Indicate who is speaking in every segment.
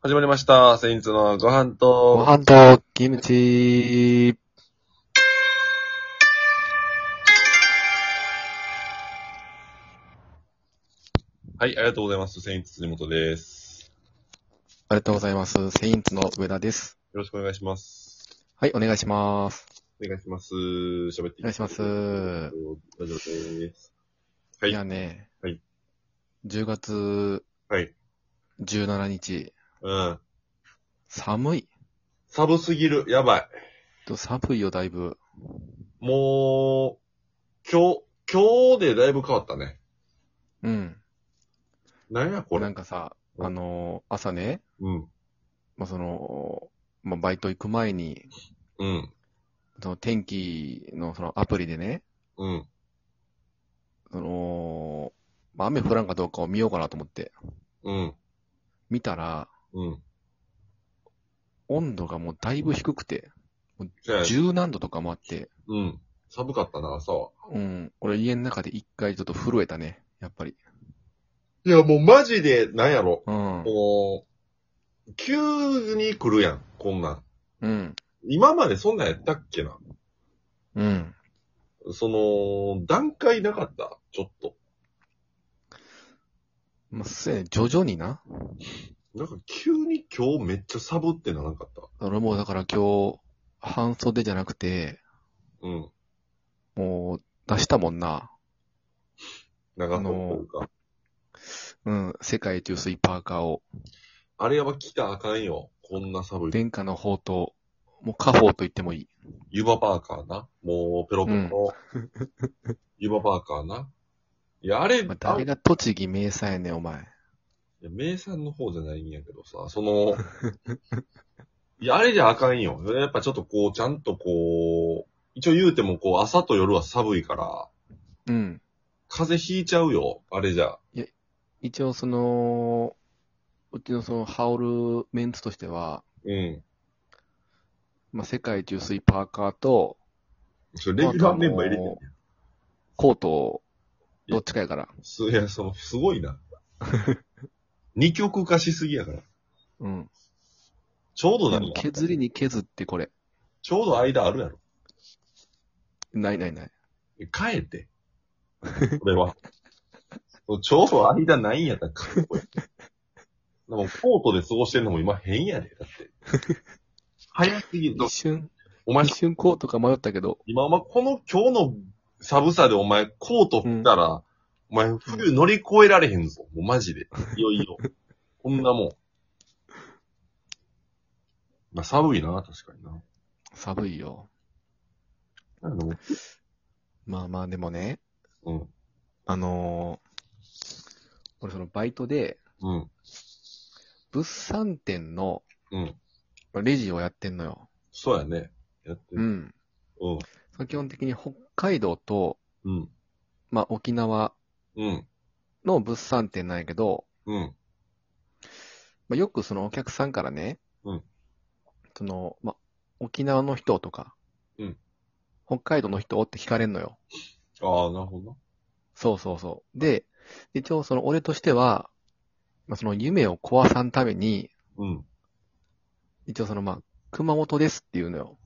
Speaker 1: 始まりました。セインツのご飯と、
Speaker 2: ご飯とキムチ。
Speaker 1: はい、ありがとうございます。セインツ辻本です。
Speaker 2: ありがとうございます。セインツの上田です。
Speaker 1: よろしくお願いします。
Speaker 2: はい、お願いします。
Speaker 1: お願いします。喋って
Speaker 2: お願いします。、
Speaker 1: 大丈夫です。はいい。
Speaker 2: やね、
Speaker 1: はい
Speaker 2: 10月
Speaker 1: はい。
Speaker 2: 17日、
Speaker 1: うん。
Speaker 2: 寒い。
Speaker 1: 寒すぎる。やばい。
Speaker 2: と寒いよ、だいぶ。
Speaker 1: もう、今日、今日でだいぶ変わったね。
Speaker 2: うん。
Speaker 1: なんやこ
Speaker 2: な
Speaker 1: れ
Speaker 2: ん。かさ、
Speaker 1: うん
Speaker 2: あのー、朝ね、
Speaker 1: うん。
Speaker 2: まあ、その、まあ、バイト行く前に、
Speaker 1: うん。
Speaker 2: その天気のそのアプリでね、
Speaker 1: うん。
Speaker 2: その、まあ、雨降らんかどうかを見ようかなと思って、
Speaker 1: うん。
Speaker 2: 見たら、
Speaker 1: うん。
Speaker 2: 温度がもうだいぶ低くて、
Speaker 1: じゃあ、
Speaker 2: 十何度とかもあって、
Speaker 1: うん。寒かったな、朝は。
Speaker 2: うん、俺家の中で一回ちょっと震えたね、やっぱり。
Speaker 1: いや、もうマジで、なんやろ。
Speaker 2: うん。
Speaker 1: もう、急に来るやん、こんなん。
Speaker 2: うん。
Speaker 1: 今までそんなんやったっけな
Speaker 2: うん。
Speaker 1: その、段階なかったちょっと。
Speaker 2: まあ、そうやね、徐々にな。
Speaker 1: なんか急に今日めっちゃサブってならなかった。
Speaker 2: 俺もうだから今日、半袖じゃなくて、
Speaker 1: うん。
Speaker 2: もう出したもんな。
Speaker 1: 長袖というか。
Speaker 2: うん、世界中水パーカーを、
Speaker 1: あれやば来たらあかんよ。こんな寒い。
Speaker 2: 殿下の宝刀、もう家宝と言ってもいい。
Speaker 1: ユバパーカーな。もうペロペロの。ユバパーカーな。いや、あれ、
Speaker 2: まあ、
Speaker 1: あ
Speaker 2: 誰が栃木名産やねん、お前。
Speaker 1: いや名産の方じゃないんやけどさ、その、いや、あれじゃあかんよ。やっぱちょっとこう、ちゃんとこう、一応言うてもこう、朝と夜は寒いから、
Speaker 2: うん。
Speaker 1: 風邪ひいちゃうよ。あれじゃ。
Speaker 2: 一応その、うちのその羽織るメンツとしては、
Speaker 1: うん。
Speaker 2: まあ、世界中水パーカーと、
Speaker 1: それレギュラーメンバー入れてんねん
Speaker 2: コート、どっちかやから。
Speaker 1: す、いや、その、すごいな。 二極化しすぎやから。
Speaker 2: うん。
Speaker 1: ちょうどなんだ。
Speaker 2: 削りに削ってこれ。
Speaker 1: ちょうど間あるやろ。
Speaker 2: ないないない。
Speaker 1: 変えて。これは。 そうちょうど間ないんやったらかっこいい。でも、コートで過ごしてんのも今変やで、だって。 早すぎる。
Speaker 2: 一瞬、
Speaker 1: お前
Speaker 2: 一、瞬こうとか迷ったけど、
Speaker 1: 今、お前、この今日の寒さでお前、コート振ったら、お前、冬乗り越えられへんぞ。もうマ ジで。いよいよ。こんなもん。まあ、寒いな、確かにな。
Speaker 2: 寒いよ。
Speaker 1: あの、
Speaker 2: まあまあでもね、
Speaker 1: うん、
Speaker 2: あのー俺そのバイトで、
Speaker 1: うん、
Speaker 2: 物産展の
Speaker 1: うん。
Speaker 2: レジをやってんのよ。
Speaker 1: そうやね。やって
Speaker 2: う
Speaker 1: る。
Speaker 2: ん。
Speaker 1: うん、
Speaker 2: その基本的に北海道と、
Speaker 1: うん、
Speaker 2: まあ沖縄
Speaker 1: うん、
Speaker 2: の物産展なんやけど、
Speaker 1: うん、
Speaker 2: まあ、よくそのお客さんからね、
Speaker 1: うん
Speaker 2: その、まあ、沖縄の人とか、
Speaker 1: うん
Speaker 2: 北海道の人って聞かれんのよ。
Speaker 1: ああ、なるほど
Speaker 2: そうそうそう。で、一応その俺としては、まあ、その夢を壊さんために、
Speaker 1: な。うん。
Speaker 2: 一応そのまあ、熊本ですっていうのよ。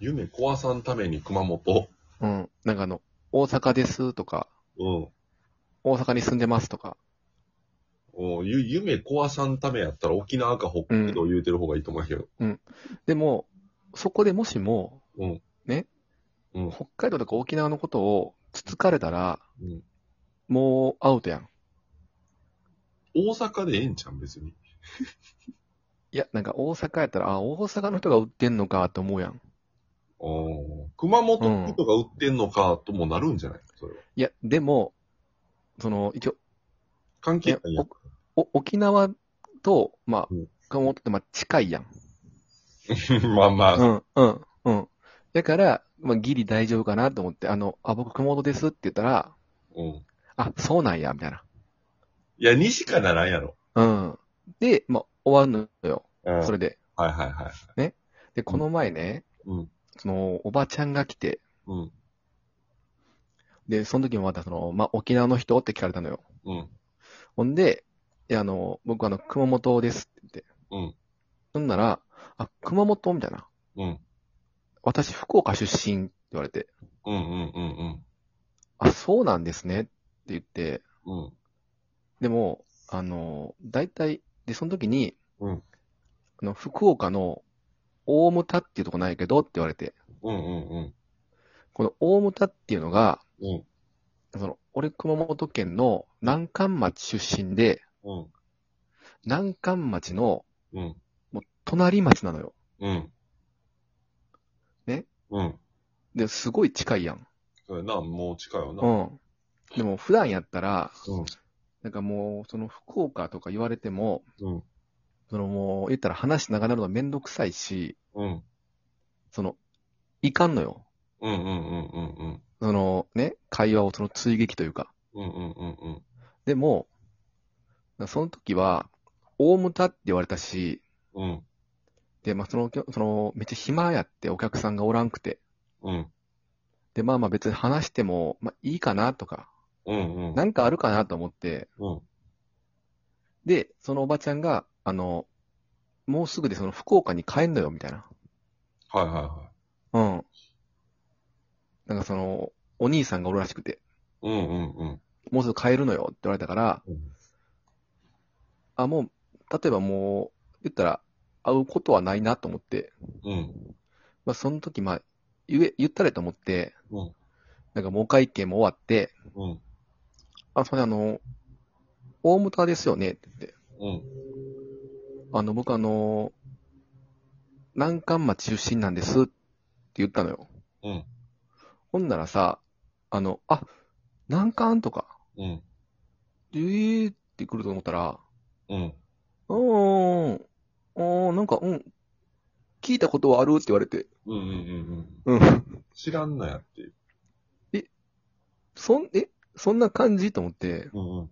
Speaker 1: 夢壊さんために熊本。
Speaker 2: うん。なんかあの、大阪ですとか、
Speaker 1: うん。
Speaker 2: 大阪に住んでますとか。
Speaker 1: おゆ夢壊さんためやったら沖縄か北海道言うてる方がいいと思うけど。
Speaker 2: でも、そこでもしも、
Speaker 1: うん
Speaker 2: ね、
Speaker 1: うん
Speaker 2: 北海道とか沖縄のことをつつかれたら、
Speaker 1: うん。
Speaker 2: もうアウトやん。
Speaker 1: 大阪でええんちゃん、別に。
Speaker 2: いや、なんか大阪やったら、あ、大阪の人が売ってんのかって思うやん。
Speaker 1: おー熊本の人が売ってんのかともなるんじゃないそれは。
Speaker 2: いや、でも、その、一応、
Speaker 1: 関係ないやん
Speaker 2: え。お沖縄と、まあ
Speaker 1: うん、
Speaker 2: 熊本ってまあ近いやん。
Speaker 1: まあまあ、
Speaker 2: うん、うん、うん。だから、まあ、ギリ大丈夫かなと思って、あの、あ、僕熊本ですって言ったら、
Speaker 1: うん。
Speaker 2: あ、そうなんや、みたいな。
Speaker 1: いや、にしかならんやろ。
Speaker 2: うん。で、まあ、終わるのよ。
Speaker 1: うん
Speaker 2: それで。
Speaker 1: はいはいはい。
Speaker 2: で、この前ね、
Speaker 1: うん。
Speaker 2: その、おばちゃんが来て、
Speaker 1: うん。
Speaker 2: で、その時もまたその、まあ、沖縄の人って聞かれたのよ。
Speaker 1: うん。
Speaker 2: ほんで、いや、あの、僕あの、熊本ですって
Speaker 1: うん。
Speaker 2: そんなら、あ、熊本みたいな。
Speaker 1: うん。
Speaker 2: 私、福岡出身って言われて、
Speaker 1: うんうんうん
Speaker 2: あ、そうなんですねって言って、
Speaker 1: うん。うん。
Speaker 2: でも、あの、大体、で、その時に、
Speaker 1: うん
Speaker 2: あの、福岡の大牟田っていうとこないけどって言われて、
Speaker 1: うんうんうん。
Speaker 2: この大牟田っていうのが、
Speaker 1: うん
Speaker 2: その、俺熊本県の南関町出身で、
Speaker 1: うん。
Speaker 2: 南関町の
Speaker 1: うん。
Speaker 2: 隣町なのよ。
Speaker 1: うん。
Speaker 2: ね
Speaker 1: うん。
Speaker 2: で、すごい近いやん。
Speaker 1: そうやな、もう近いよ
Speaker 2: う
Speaker 1: な。
Speaker 2: ん。でも普段やったら、
Speaker 1: うん。
Speaker 2: なんかもう、その福岡とか言われても、
Speaker 1: うん。
Speaker 2: そのもう、言ったら話長なるのめんどくさいし、
Speaker 1: うん。
Speaker 2: その、いかんのよ。
Speaker 1: うんうんうんうんうん。
Speaker 2: そのね、会話をその追撃というか。
Speaker 1: うんうんうんうん。
Speaker 2: でも、その時は、大牟田って言われたし、
Speaker 1: うん。
Speaker 2: で、まあ、その、その、めっちゃ暇やってお客さんがおらんくて。
Speaker 1: うん。
Speaker 2: で、まあまあ別に話しても、まあいいかなとか、
Speaker 1: うんうん。
Speaker 2: なんかあるかなと思って、
Speaker 1: うん。
Speaker 2: で、そのおばちゃんが、あの、もうすぐでその福岡に帰んのよ、みたいな。
Speaker 1: はいはいは
Speaker 2: うん。なんかその、お兄さんがおるらしくて、
Speaker 1: い。うんうんうん。
Speaker 2: もうすぐ帰るのよって言われたから、
Speaker 1: うん
Speaker 2: あ、もう、例えばもう、言ったら、会うことはないなと思って、
Speaker 1: うん。
Speaker 2: まあ、その時、まあ、言え、言ったらと思って、
Speaker 1: うん
Speaker 2: なんかもう会見も終わって、
Speaker 1: うん。
Speaker 2: あ、それあの、大牟田ですよねって言って、
Speaker 1: うん。
Speaker 2: あの、僕あの、南関町出身なんですって言ったのよ。
Speaker 1: うん。
Speaker 2: ほんならさ、あの、あ、南関とか、
Speaker 1: うん。
Speaker 2: えーって来ると思ったら、
Speaker 1: うん。
Speaker 2: うーん、うーん、なんか、うん、聞いたことはあるって言われて、
Speaker 1: うんうんうんうん。
Speaker 2: うん。
Speaker 1: 知らんなやっていう。
Speaker 2: そん、え、そんな感じと思って、
Speaker 1: うんうん。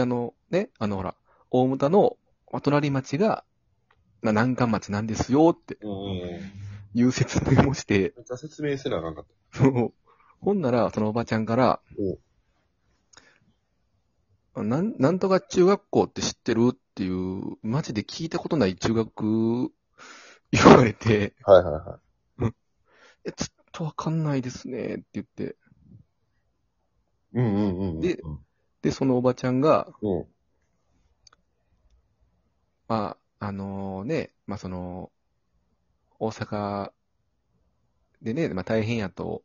Speaker 2: あの、ね、あの、ほら、大牟田のお隣町が、な南関町なんですよって
Speaker 1: うんうん。
Speaker 2: いう説明もして、
Speaker 1: めっちゃ説明せなあかんかっ
Speaker 2: そのほんなら、そのおばちゃんから、なん、なんとか中学校って知ってるっていう、マジで聞いたことない中学、言われて、
Speaker 1: た。はいはいは
Speaker 2: え、ちょっとわかんないですね、って言って。
Speaker 1: い。うんうんうんうん。
Speaker 2: でで、そのおばちゃんが、
Speaker 1: うん。
Speaker 2: まあ、あのね、まあその、大阪でね、まあ大変やと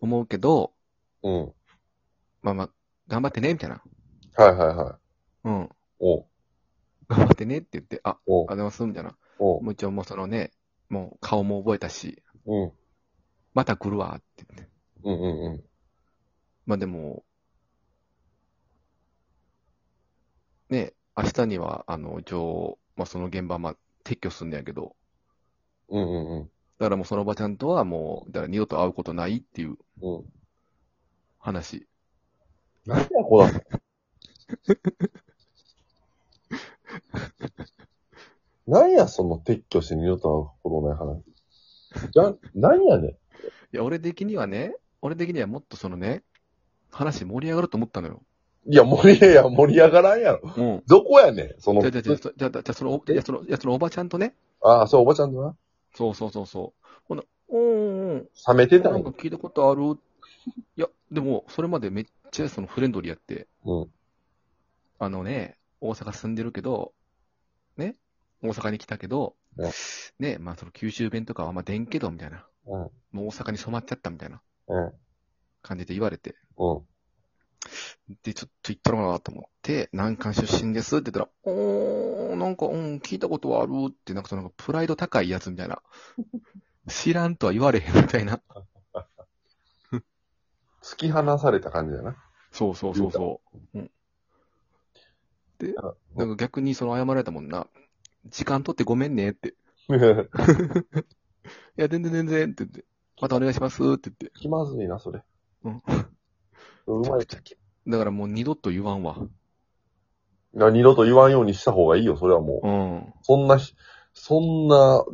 Speaker 2: 思うけど、
Speaker 1: うん。
Speaker 2: まあまあ、頑張ってね、みたいな。
Speaker 1: はいはいはい。
Speaker 2: うん。
Speaker 1: おう
Speaker 2: 頑張ってねって言って、あ、
Speaker 1: おう
Speaker 2: ありがとうございます、みたいな。
Speaker 1: おう
Speaker 2: もう一応もうそのね、もう顔も覚えたし、
Speaker 1: うん。
Speaker 2: また来るわ、って言って。
Speaker 1: うんうんうん。
Speaker 2: まあでも、ね、明日には、あの、一応、まあその現場、まあ撤去すんねやけど、
Speaker 1: うんうんうん。
Speaker 2: だからもうそのおばちゃんとはもう、だから二度と会うことないっていう
Speaker 1: うん。
Speaker 2: 話。
Speaker 1: 何やこだ。 何やその撤去して二度と会うことない話。じゃ、何やねん。
Speaker 2: いや、俺的にはね、俺的にはもっとそのね、話盛り上がると思ったのよ。
Speaker 1: いや、盛り、いや、盛り上がらんやろ。
Speaker 2: うん。
Speaker 1: どこやねん、その
Speaker 2: じゃ。あじゃあじゃあじゃあじゃあその、いや、その、いや、そのおばちゃんとね、
Speaker 1: ああ、そう、おばちゃんだな。
Speaker 2: そうそうそうそう。ほな、うんうん、
Speaker 1: 冷めてた
Speaker 2: なん
Speaker 1: ん
Speaker 2: か
Speaker 1: や。
Speaker 2: 聞いたことある。いや、でも、それまでめっちゃそのフレンドリーやって、
Speaker 1: うん。
Speaker 2: あのね、大阪住んでるけど、ね、大阪に来たけど
Speaker 1: うん、
Speaker 2: ね、まあその九州弁とかはあんま出んけど、みたいな。
Speaker 1: うん。うん。
Speaker 2: もう大阪に染まっちゃったみたいな
Speaker 1: うん。
Speaker 2: 感じで言われて。
Speaker 1: うん。
Speaker 2: で、ちょっと言ったのかなと思って、南関出身ですって言ったら、おー、なんか、うん、聞いたことはあるって、なんかその、プライド高いやつみたいな。知らんとは言われへんみたいな。
Speaker 1: 突き放された感じだな。
Speaker 2: そうそうそうそう。うん、で、なんか逆にその謝られたもんな。時間取ってごめんねって。いや、全然全然って言って。またお願いしますって言って。
Speaker 1: 気まずいな、それ。
Speaker 2: うん。
Speaker 1: う
Speaker 2: めちゃ
Speaker 1: まい
Speaker 2: く。ちゃきだからもう二度と言わんわ。
Speaker 1: いや二度と言わんようにした方がいいよ、それはもう。
Speaker 2: うん。
Speaker 1: そんなひ、そんな、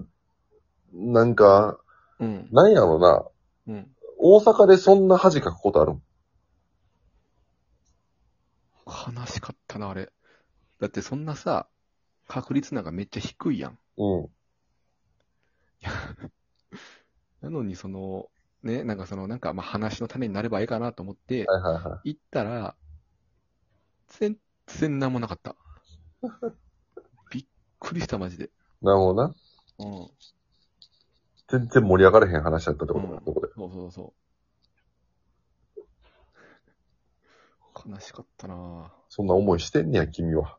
Speaker 1: なんか、
Speaker 2: うん。
Speaker 1: なんやろな。
Speaker 2: うん。
Speaker 1: 大阪でそんな恥かくことある
Speaker 2: 悲しかったな、あれ。だってそんなさ、確率なんかめっちゃ低いやん。
Speaker 1: うん。
Speaker 2: なのに、その、ね、なんかその、なんかまあ話の種になればいいかなと思って、
Speaker 1: はいはいは
Speaker 2: 行ったら、全然何もなかった。 びっくりした、マジで。
Speaker 1: い。なるほどな。
Speaker 2: うん。
Speaker 1: 全然盛り上がれへん話だったってことだ、
Speaker 2: うん
Speaker 1: そこで。
Speaker 2: そうそうそう。悲しかったなぁ。
Speaker 1: そんな思いしてんねや、君は。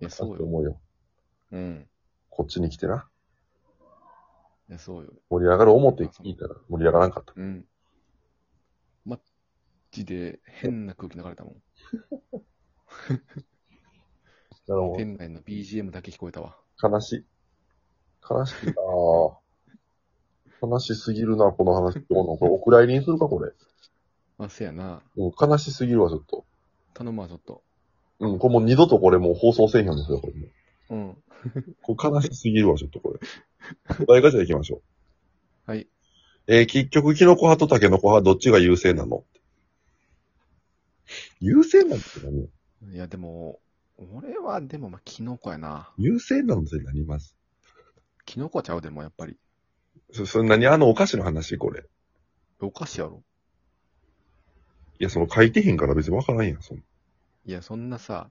Speaker 2: いや、そう
Speaker 1: って
Speaker 2: よ。
Speaker 1: 思うよ。
Speaker 2: うん。
Speaker 1: こっちに来てな。
Speaker 2: いや、そうよ。
Speaker 1: 盛り上がる思って聞いたら、盛り上がらんかった。
Speaker 2: うん。マッチで変な空気流れたもん。
Speaker 1: なるほ
Speaker 2: 店内の BGM だけ聞こえたわ。
Speaker 1: ど。悲しい。悲しいなぁ。悲しすぎるな、この話。どうなのこれ、お蔵入りにするか、これ。
Speaker 2: まあ、せやな。
Speaker 1: うん、悲しすぎるわ、ちょっと。
Speaker 2: 頼むわ、ちょっと。
Speaker 1: うん、これもう二度とこれもう放送せえへんようにするわ、これもう。
Speaker 2: うん。
Speaker 1: これ悲しすぎるわ、ちょっとこれ。お題ガチャ行きましょう。
Speaker 2: はい。
Speaker 1: えー、結局、キノコ派とタケノコ派、どっちが優勢なの優勢なんて何
Speaker 2: いや、でも、俺は、でも、まあ、キノコやな。
Speaker 1: 優勢なんてなります。
Speaker 2: キノコちゃうでも、やっぱり。
Speaker 1: そ、そんなにあのお菓子の話これ。
Speaker 2: お菓子やろ。
Speaker 1: いや、その書いてへんから別にわからんやん、その。
Speaker 2: いや、そんなさ、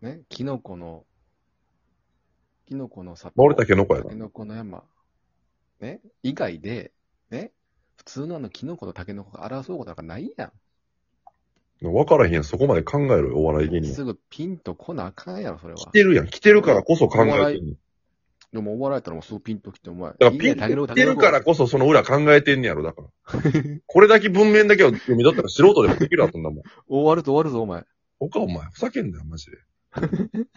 Speaker 2: ね、キノコの、キノコのさ、
Speaker 1: まあ、俺タケノコやな
Speaker 2: タケ。ノコの山、ね、以外で、ね、普通のあのキノコとタケノコが争うことなんかないや
Speaker 1: わからへんやん、そこまで考えろよ、お笑い芸
Speaker 2: ん。
Speaker 1: 人は。
Speaker 2: すぐピンとこなあかんやろ、それは
Speaker 1: 来。てるやん、来てるからこそ考えてんねん。
Speaker 2: でも、お笑いやったらもうすぐピンときて、お前、
Speaker 1: だから
Speaker 2: いい
Speaker 1: ピ
Speaker 2: ね
Speaker 1: ン
Speaker 2: タケノコ
Speaker 1: と来てるから
Speaker 2: タケノ
Speaker 1: こそその裏考えてんねやろ、だから。 これだけ文面だけを読み取ったら素人でもできるわ、そんなもん。
Speaker 2: コ終わるぞ、終わるぞ、お前。
Speaker 1: 他お前、ふざけんなよ、マジで。